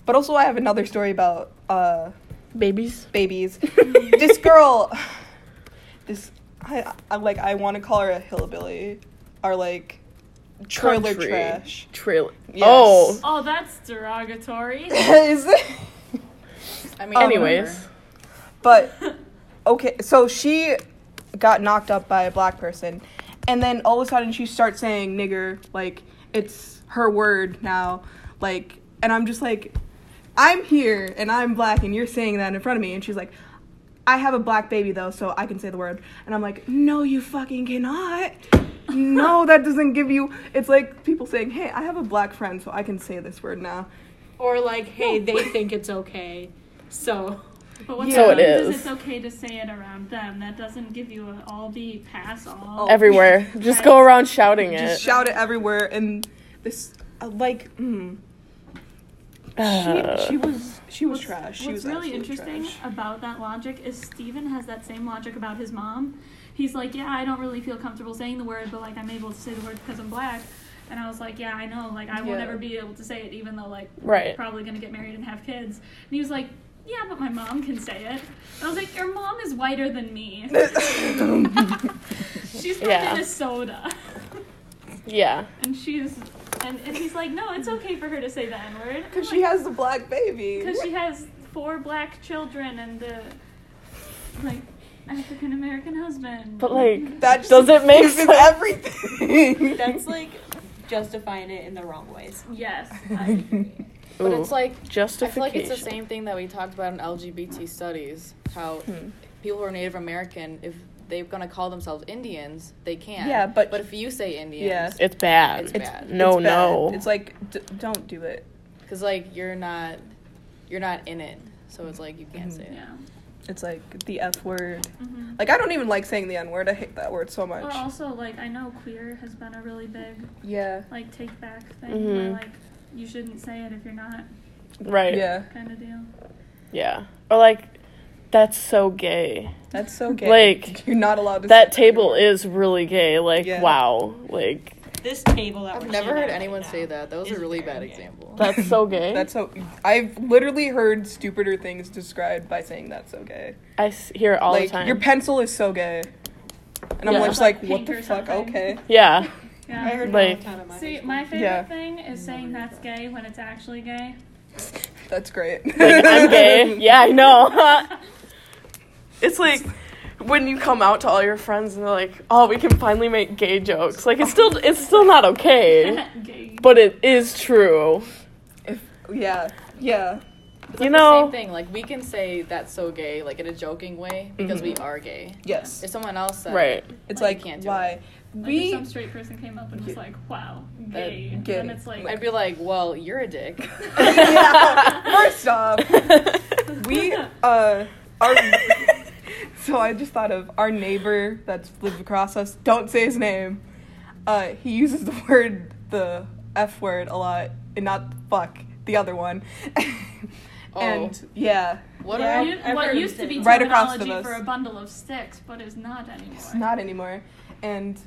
Speaker 2: But also, I have another story about uh,
Speaker 1: babies
Speaker 2: babies. this girl, this I, I like. I want to call her a hillbilly, or like trailer
Speaker 1: Country.
Speaker 2: trash.
Speaker 1: trailer
Speaker 2: Yes.
Speaker 1: oh
Speaker 5: oh that's derogatory.
Speaker 2: Is it?
Speaker 3: I mean,
Speaker 1: anyways
Speaker 3: whatever.
Speaker 2: But okay, so she got knocked up by a black person, and then all of a sudden she starts saying nigger like it's her word now like and i'm just like i'm here and i'm black and you're saying that in front of me and she's like i have a black baby though so i can say the word and i'm like no you fucking cannot no that doesn't give you it's like people saying hey i have a black friend so i can say this word now
Speaker 6: Or like, hey, they think it's okay. So
Speaker 5: But what's
Speaker 1: So
Speaker 5: so
Speaker 1: it is.
Speaker 5: It's okay to say it around them. That doesn't give you a, all the pass all.
Speaker 1: Everywhere. Just go around shouting it.
Speaker 2: just shout it everywhere and this uh, like mm,
Speaker 1: Uh,
Speaker 2: she, she was she was
Speaker 5: What's-
Speaker 2: trash she
Speaker 5: What's
Speaker 2: was
Speaker 5: really
Speaker 2: absolute
Speaker 5: interesting
Speaker 2: trash.
Speaker 5: about that logic is Steven has that same logic about his mom. He's like, yeah, I don't really feel comfortable saying the word, but like I'm able to say the word because I'm black. And I was like, yeah, I know. Like I will
Speaker 2: Yeah.
Speaker 5: never be able to say it, even though like
Speaker 1: Right.
Speaker 5: probably gonna get married and have kids. And he was like, yeah, but my mom can say it. And I was like, your mom is whiter than me. She's from
Speaker 1: Yeah.
Speaker 5: Minnesota,
Speaker 1: Yeah.
Speaker 5: and she's and, and he's like, no, it's okay for her to say the N word.
Speaker 2: Because she has the black baby.
Speaker 5: Because she has four black children and a like African American husband.
Speaker 1: But like
Speaker 2: Mm-hmm. that just
Speaker 1: does it make
Speaker 2: is
Speaker 1: sense?
Speaker 2: everything.
Speaker 6: that's like justifying it in the wrong ways.
Speaker 5: yes, I,
Speaker 3: But it's like I
Speaker 1: justification.
Speaker 3: feel like it's the same thing that we talked about in LGBT studies. How people who are Native American, if they're gonna call themselves Indians, they can.
Speaker 2: Yeah, but-
Speaker 3: but if you say
Speaker 2: Yeah.
Speaker 3: Indians,
Speaker 1: It's bad.
Speaker 3: It's bad.
Speaker 1: No,
Speaker 2: It's bad.
Speaker 1: no.
Speaker 2: It's like d- don't do it.
Speaker 3: because like you're not, you're not in it, so it's like you can't say
Speaker 5: yeah.
Speaker 3: it.
Speaker 2: It's like the F word.
Speaker 5: hmm
Speaker 2: Like I don't even like saying the N word. I hate that word so much.
Speaker 5: Or also like I know queer has been a really big
Speaker 2: yeah.
Speaker 5: like take back thing
Speaker 1: Mhm.
Speaker 5: where like you shouldn't say it if you're not
Speaker 1: right. Yeah.
Speaker 2: Yeah.
Speaker 5: kind of deal.
Speaker 1: Yeah. Or like that's so gay.
Speaker 2: That's so gay.
Speaker 1: Like,
Speaker 2: you're not allowed to.
Speaker 1: That
Speaker 2: say
Speaker 1: table is really gay. Like
Speaker 2: Yeah.
Speaker 1: wow. Like
Speaker 6: This table that
Speaker 3: I've
Speaker 6: we're
Speaker 3: never
Speaker 6: sitting
Speaker 3: heard
Speaker 6: at
Speaker 3: anyone
Speaker 6: right
Speaker 3: say
Speaker 6: now
Speaker 3: that. That was a
Speaker 6: is
Speaker 3: really
Speaker 6: very
Speaker 3: bad
Speaker 6: gay.
Speaker 3: example.
Speaker 1: that's so gay.
Speaker 2: That's so. I've literally heard stupider things described by saying that's so gay.
Speaker 1: I s- hear it all
Speaker 2: like
Speaker 1: the time.
Speaker 2: your pencil is so gay. And I'm
Speaker 1: Yeah.
Speaker 2: just like,
Speaker 5: Like
Speaker 2: what
Speaker 5: pink
Speaker 2: the
Speaker 5: or
Speaker 2: fuck?
Speaker 5: something.
Speaker 2: Okay.
Speaker 1: yeah.
Speaker 5: Yeah.
Speaker 6: I heard
Speaker 1: Like-
Speaker 6: like, time at my
Speaker 5: See,
Speaker 6: high
Speaker 5: my favorite
Speaker 2: Yeah.
Speaker 5: thing is saying that's gay when it's actually gay.
Speaker 2: That's great.
Speaker 1: Like, I'm gay. Yeah, I know. it's like when you come out to all your friends and they're like, "Oh, we can finally make gay jokes." Like it's still it's still not okay,
Speaker 5: gay.
Speaker 1: but it is true.
Speaker 2: If, yeah. Yeah.
Speaker 3: It's
Speaker 1: You
Speaker 3: like the
Speaker 1: know,
Speaker 3: same thing. Like we can say that's so gay, like in a joking way, because we are gay.
Speaker 2: Yes.
Speaker 3: If someone else said, it,
Speaker 1: right.
Speaker 2: It's like,
Speaker 3: Like, you can't do
Speaker 2: why?
Speaker 5: Like if
Speaker 2: We
Speaker 5: some straight person came up and was like, "Wow,
Speaker 3: That-
Speaker 5: gay,"
Speaker 2: gay.
Speaker 5: then it's like,
Speaker 3: I'd be like, well, you're a dick.
Speaker 2: yeah. First off, we uh our so I just thought of our neighbor that's lived across us. Don't say his name. Uh, he uses the word the f word a lot, and not fuck the other one.
Speaker 3: Oh.
Speaker 2: And yeah,
Speaker 3: What
Speaker 6: Yeah.
Speaker 3: are
Speaker 5: You-
Speaker 6: I've
Speaker 5: what
Speaker 6: heard of
Speaker 5: used to be
Speaker 6: sticks.
Speaker 2: Right across from
Speaker 5: terminology for
Speaker 2: us.
Speaker 5: a bundle of sticks, but is not anymore.
Speaker 2: it's not anymore. And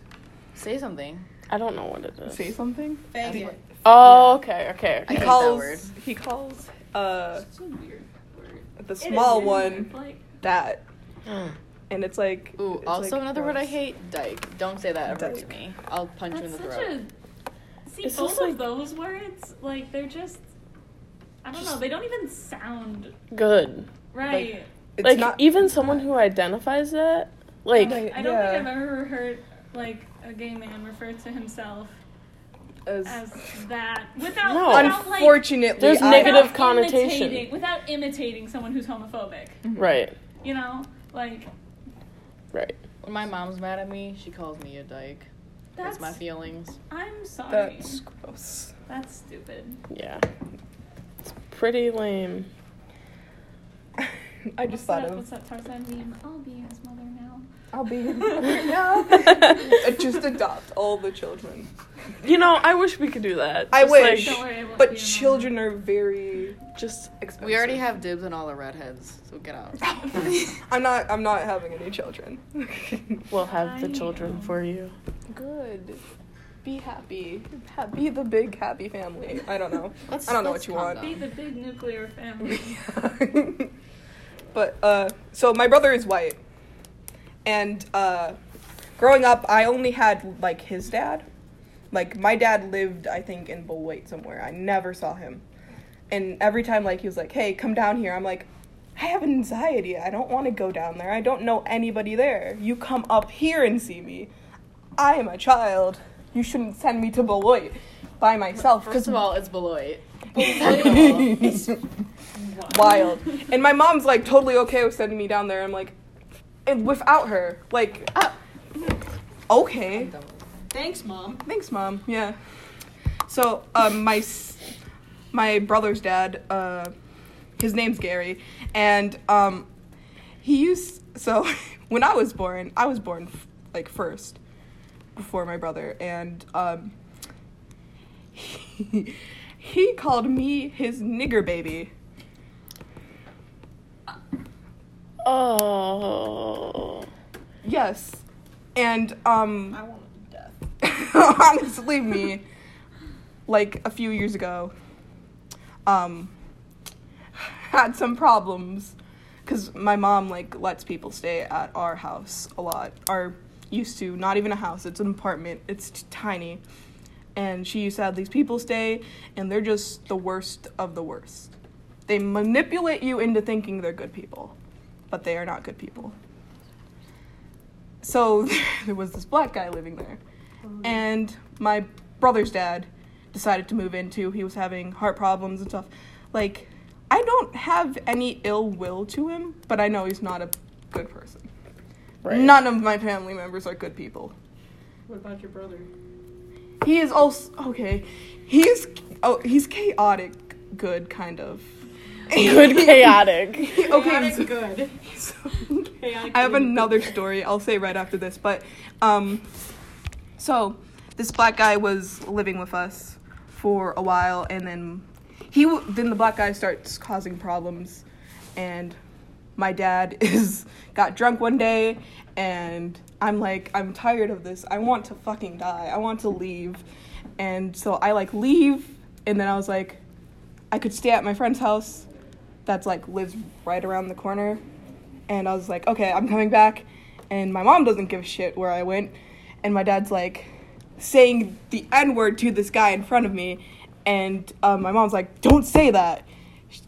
Speaker 3: Say something.
Speaker 1: I don't know what it is.
Speaker 2: say something.
Speaker 6: Thank
Speaker 3: That's
Speaker 6: you.
Speaker 3: what-
Speaker 1: Oh, okay, okay.
Speaker 3: I
Speaker 1: okay.
Speaker 2: He
Speaker 3: hate that
Speaker 2: calls.
Speaker 3: word.
Speaker 2: He calls uh
Speaker 5: It's a weird word.
Speaker 2: the
Speaker 5: It is
Speaker 2: small one
Speaker 5: weird, Like,
Speaker 2: that, and it's like
Speaker 3: Ooh,
Speaker 2: it's
Speaker 3: also
Speaker 2: like
Speaker 3: another word I
Speaker 2: gross.
Speaker 3: hate, dyke. Don't say that ever to
Speaker 2: Dyke.
Speaker 3: me. I'll punch you in
Speaker 5: that's
Speaker 3: the
Speaker 5: such
Speaker 3: throat.
Speaker 5: a. See,
Speaker 1: It's
Speaker 5: both
Speaker 1: just like-
Speaker 5: of those words, like they're just. I don't know. They don't even sound
Speaker 1: Good.
Speaker 5: right.
Speaker 2: It's
Speaker 1: like
Speaker 2: not
Speaker 1: even someone who identifies that, like
Speaker 2: Like,
Speaker 5: I don't
Speaker 2: yeah.
Speaker 5: think I've ever heard like a gay man refer to himself
Speaker 2: as,
Speaker 5: as that without,
Speaker 1: No.
Speaker 5: without like.
Speaker 2: unfortunately
Speaker 1: There's
Speaker 2: I-
Speaker 1: negative
Speaker 5: without
Speaker 1: connotation.
Speaker 5: imitating- without imitating someone who's homophobic,
Speaker 1: right,
Speaker 5: you know, like
Speaker 1: right.
Speaker 3: When my mom's mad at me, she calls me a dyke.
Speaker 5: that's,
Speaker 3: That's my feelings.
Speaker 5: I'm sorry.
Speaker 2: That's gross.
Speaker 5: That's stupid.
Speaker 1: Yeah. It's pretty lame.
Speaker 2: I just thought
Speaker 5: that,
Speaker 2: of
Speaker 5: What's that Tarzan meme? I'll be his mother now.
Speaker 2: I'll be yeah. just adopt all the children.
Speaker 1: You know, I wish we could do that.
Speaker 2: I
Speaker 1: Just,
Speaker 2: wish.
Speaker 5: Don't worry, I won't
Speaker 2: But
Speaker 5: be your
Speaker 2: children are very
Speaker 1: like, just
Speaker 2: expensive.
Speaker 3: We already have dibs on all the redheads, so get out.
Speaker 2: I'm not I'm not having any children.
Speaker 1: we'll have the
Speaker 5: I
Speaker 1: children
Speaker 5: know.
Speaker 1: for you.
Speaker 2: Good. Be happy. Ha- Be the big happy family. I don't know.
Speaker 3: Let's-
Speaker 2: I don't know
Speaker 3: let's
Speaker 2: what you
Speaker 3: calm
Speaker 2: want.
Speaker 3: down.
Speaker 5: Be the big nuclear family.
Speaker 2: but uh, so my brother is white, and uh, growing up, I only had like his dad. Like my dad lived, I think, in Beloit somewhere. I never saw him, and every time like he was like, "Hey, come down here," I'm like. I have anxiety. I don't want to go down there. I don't know anybody there. You come up here and see me. I am a child. You shouldn't send me to Beloit by myself.
Speaker 3: First
Speaker 2: Because
Speaker 3: of all, it's Beloit.
Speaker 2: wild. And my mom's like totally okay with sending me down there. I'm like, and without her, like, uh, okay.
Speaker 4: Thanks, mom.
Speaker 2: Thanks, mom. Yeah. So, um, my s- my brother's dad, uh, his name's Gary, and um, he used so when I was born, I was born f- like first before my brother, and um, he, he called me his nigger baby.
Speaker 1: Oh.
Speaker 2: Yes, and um,
Speaker 4: I want to death.
Speaker 2: honestly me like a few years ago um had some problems because my mom like lets people stay at our house a lot our used to not even a house it's an apartment it's t- tiny and she used to have these people stay and they're just the worst of the worst they manipulate you into thinking they're good people but they are not good people so there was this black guy living there and my brother's dad decided to move into he was having heart problems and stuff like i don't have any ill will to him but i know he's not a good person
Speaker 1: Right.
Speaker 2: none of my family members are good people
Speaker 4: What about your brother?
Speaker 2: he is also okay he's oh he's chaotic good kind of
Speaker 1: Good chaotic.
Speaker 2: okay so-
Speaker 4: good.
Speaker 2: so-
Speaker 4: Chaotic
Speaker 2: I have
Speaker 4: good.
Speaker 2: another story I'll say right after this, but um so this black guy was living with us for a while and then he w- then the black guy starts causing problems and my dad is got drunk one day and I'm like I'm tired of this. I want to fucking die. I want to leave. And so I like leave and then I was like I could stay at my friend's house that's like lives right around the corner. And I was like, okay, I'm coming back. And my mom doesn't give a shit where I went. And my dad's like saying the N word to this guy in front of me. And um, my mom's like, don't say that.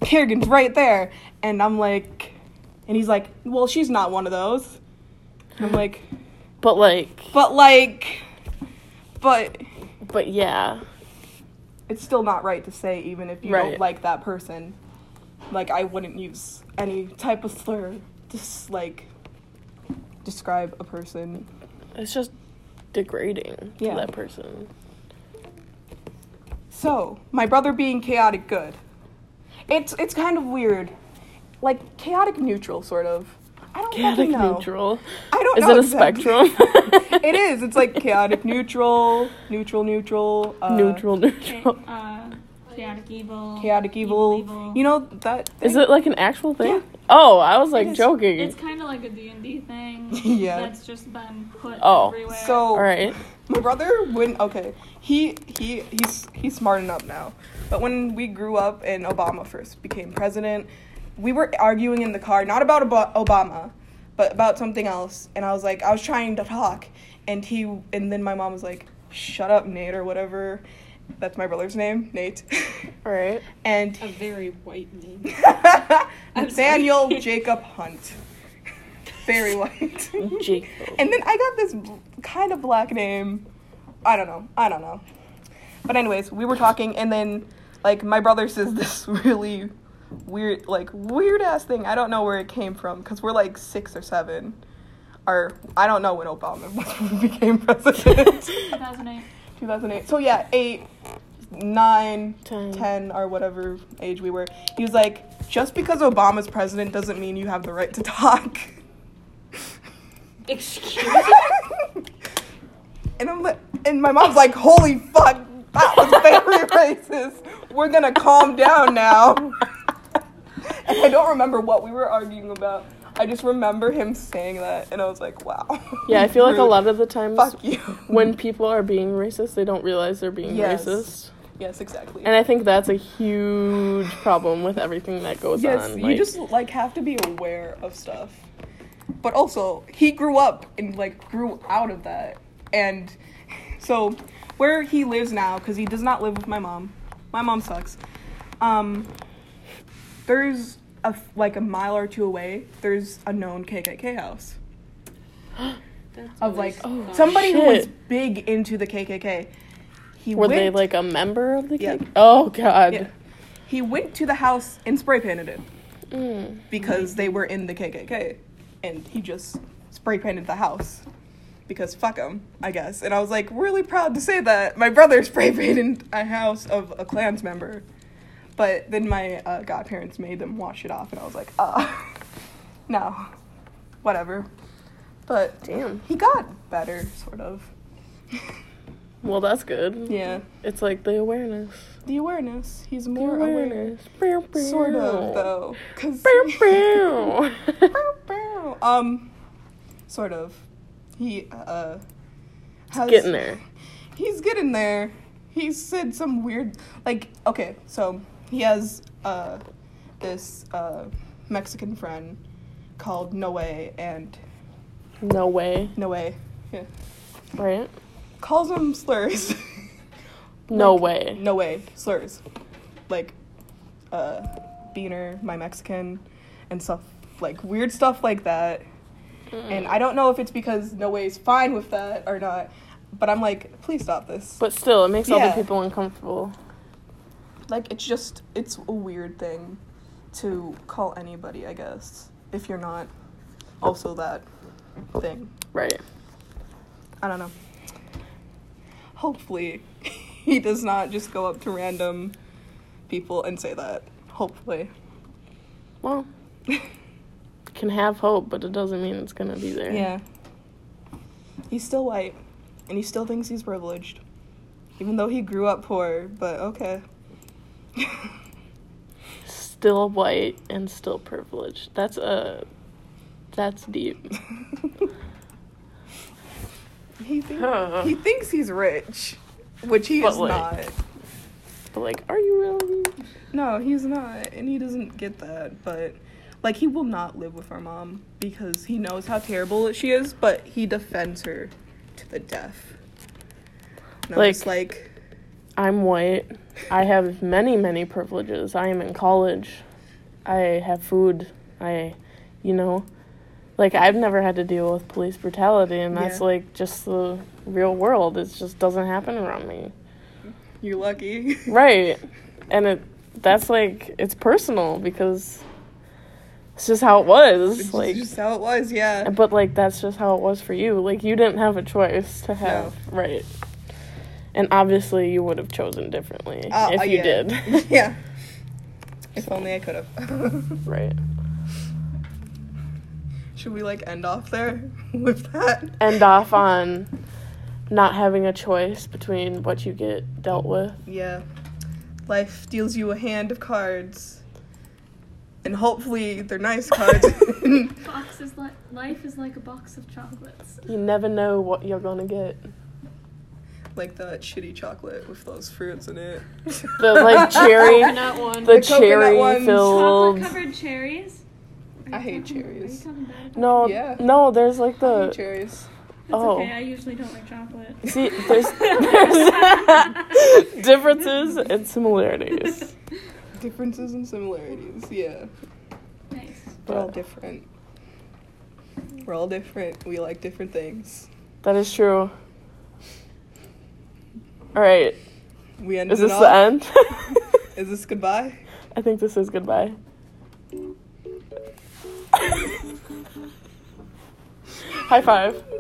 Speaker 2: Kerrigan's right there. And I'm like, and he's like, well, she's not one of those. And I'm like,
Speaker 1: But like,
Speaker 2: but like, but
Speaker 1: but yeah.
Speaker 2: it's still not right to say even if you
Speaker 1: Right.
Speaker 2: don't like that person. Like I wouldn't use any type of slur to s- like describe a person.
Speaker 1: It's just degrading
Speaker 2: Yeah.
Speaker 1: to that person.
Speaker 2: So, my brother being chaotic good. It's it's kind of weird. Like chaotic neutral sort of. I don't
Speaker 1: Chaotic
Speaker 2: fucking know.
Speaker 1: neutral.
Speaker 2: I don't
Speaker 1: Is
Speaker 2: know
Speaker 1: it a
Speaker 2: exactly.
Speaker 1: spectrum?
Speaker 2: it is. It's like chaotic neutral, neutral neutral, uh,
Speaker 1: neutral,
Speaker 5: Okay,
Speaker 1: neutral.
Speaker 5: uh, chaotic evil.
Speaker 2: chaotic evil. You know that thing?
Speaker 1: Is it like an actual thing?
Speaker 2: Yeah.
Speaker 1: Oh, I was like
Speaker 2: is.
Speaker 1: joking.
Speaker 5: It's kind of like a D&D thing.
Speaker 2: Yeah.
Speaker 5: That's just been put
Speaker 1: Oh.
Speaker 5: everywhere.
Speaker 2: so
Speaker 1: All right.
Speaker 2: My brother when okay, he he he's he's smarting up now. But when we grew up and Obama first became president, we were arguing in the car not about Ob- Obama, but about something else. And I was like, I was trying to talk, and he and then my mom was like, "Shut up, Nate," or whatever. That's my brother's name, Nate.
Speaker 1: All right.
Speaker 2: and
Speaker 4: A very white name.
Speaker 2: Nathaniel Jacob Hunt. Very white.
Speaker 1: Jacob.
Speaker 2: And then I got this bl- kind of black name. I don't know. I don't know. But anyways, we were talking, and then like my brother says this really weird, like weird ass thing. I don't know where it came from because we're like six or seven, or I don't know when Obama became president.
Speaker 5: 2008.
Speaker 2: 2008. So yeah, eight, nine,
Speaker 1: Ten.
Speaker 2: ten, or whatever age we were. He was like, just because Obama's president doesn't mean you have the right to talk.
Speaker 4: Excuse
Speaker 2: and I'm like, and my mom's like, holy fuck, that was very racist. We're gonna calm down now. and I don't remember what we were arguing about. I just remember him saying that, and I was like, wow.
Speaker 1: Yeah, I feel like a
Speaker 2: Rude.
Speaker 1: lot of the times
Speaker 2: Fuck you.
Speaker 1: when people are being racist, they don't realize they're being
Speaker 2: Yes.
Speaker 1: racist.
Speaker 2: Yes, exactly.
Speaker 1: And I think that's a huge problem with everything that goes
Speaker 2: yes,
Speaker 1: on.
Speaker 2: you
Speaker 1: like-
Speaker 2: just like have to be aware of stuff. But also, he grew up and like grew out of that. And so, where he lives now, because he does not live with my mom, my mom sucks. Um, there's a f- like a mile or two away. There's a known KKK house. of like
Speaker 1: Oh,
Speaker 2: somebody who was
Speaker 1: shit.
Speaker 2: big into the KKK. He
Speaker 1: Were
Speaker 2: went,
Speaker 1: they like a member of the
Speaker 2: Yeah.
Speaker 1: cake? Oh god.
Speaker 2: Yeah. He went to the house and spray painted it
Speaker 1: Mm.
Speaker 2: because they were in the KKK, and he just spray painted the house because fuck him, I guess. And I was like really proud to say that my brother spray painted a house of a Klan's member, but then my uh, godparents made them wash it off, and I was like, uh, no, whatever. But
Speaker 1: Damn.
Speaker 2: he got better, sort of.
Speaker 1: Well, that's good.
Speaker 2: Yeah,
Speaker 1: It's like the awareness.
Speaker 2: the awareness. He's
Speaker 1: The
Speaker 2: more aware.
Speaker 1: awareness. Bow, bow.
Speaker 2: Sort of though, because
Speaker 1: Bow, bow.
Speaker 2: um, sort of. He uh, has,
Speaker 1: Getting there.
Speaker 2: He's getting there. He said some weird, like okay, so he has uh, this uh, Mexican friend called Noe and
Speaker 1: No way.
Speaker 2: Noe, yeah,
Speaker 1: Right?
Speaker 2: calls him slurs.
Speaker 1: No
Speaker 2: Like,
Speaker 1: way.
Speaker 2: No way. Slurs. Like, uh, Beaner, My Mexican, and stuff. Like, weird stuff like that.
Speaker 1: Mm.
Speaker 2: And I don't know if it's because No Way's fine with that or not, but I'm like, please stop this.
Speaker 1: But still, it makes
Speaker 2: Yeah.
Speaker 1: other people uncomfortable.
Speaker 2: Like, it's just, it's a weird thing to call anybody, I guess, if you're not also that thing.
Speaker 1: Right.
Speaker 2: I don't know. Hopefully, he does not just go up to random people and say that. Hopefully.
Speaker 1: Well, can have hope, but it doesn't mean it's gonna be there.
Speaker 2: Yeah. He's still white, and he still thinks he's privileged, even though he grew up poor. But okay.
Speaker 1: Still white and still privileged. That's uh, that's deep.
Speaker 2: he thinks
Speaker 1: Huh.
Speaker 2: he thinks he's rich, which he
Speaker 1: But,
Speaker 2: is
Speaker 1: like-
Speaker 2: not.
Speaker 1: But like, are you really?
Speaker 2: No, he's not, and he doesn't get that. But like, he will not live with our mom because he knows how terrible she is. But he defends her to the death. And I'm
Speaker 1: Like-
Speaker 2: just like,
Speaker 1: I'm white. I have many, many privileges. I am in college. I have food. I, you know, like I've never had to deal with police brutality, and that's
Speaker 2: Yeah.
Speaker 1: like just the real world. It just doesn't happen around me.
Speaker 2: you're lucky.
Speaker 1: Right. And it that's like it's personal because it's just how it was.
Speaker 2: It's
Speaker 1: like
Speaker 2: just how it was. Yeah.
Speaker 1: but like that's just how it was for you. Like you didn't have a choice to have right. And obviously you would have chosen differently
Speaker 2: Uh,
Speaker 1: if
Speaker 2: uh,
Speaker 1: you
Speaker 2: yeah.
Speaker 1: did.
Speaker 2: yeah. If only I could have.
Speaker 1: right.
Speaker 2: Should we like end off there with that?
Speaker 1: End off on not having a choice between what you get dealt with.
Speaker 2: Yeah. Life deals you a hand of cards. And hopefully they're nice cards.
Speaker 5: Box is like life is like a box of chocolates.
Speaker 1: You never know what you're gonna get.
Speaker 2: like that shitty chocolate with those fruits in it.
Speaker 1: The like cherry
Speaker 6: Not one.
Speaker 1: the,
Speaker 2: The coconut
Speaker 1: cherry
Speaker 2: ones.
Speaker 5: Chocolate
Speaker 1: filled
Speaker 5: covered cherries. Are you
Speaker 2: I hate
Speaker 5: talking-
Speaker 2: cherries.
Speaker 5: Are you talking bad about
Speaker 1: No,
Speaker 2: Yeah.
Speaker 1: no, there's like
Speaker 2: Hey,
Speaker 1: the
Speaker 2: cherries.
Speaker 5: It's
Speaker 1: Oh.
Speaker 5: okay. I usually don't like chocolate.
Speaker 1: see there's there's differences and similarities.
Speaker 2: Differences and similarities. Yeah.
Speaker 5: Nice.
Speaker 2: We're all
Speaker 1: But
Speaker 2: different. We're all different. We like different things.
Speaker 1: that is true. All right,
Speaker 2: We ended
Speaker 1: is this
Speaker 2: it
Speaker 1: the
Speaker 2: off.
Speaker 1: end?
Speaker 2: Is this goodbye?
Speaker 1: I think this is goodbye. High five.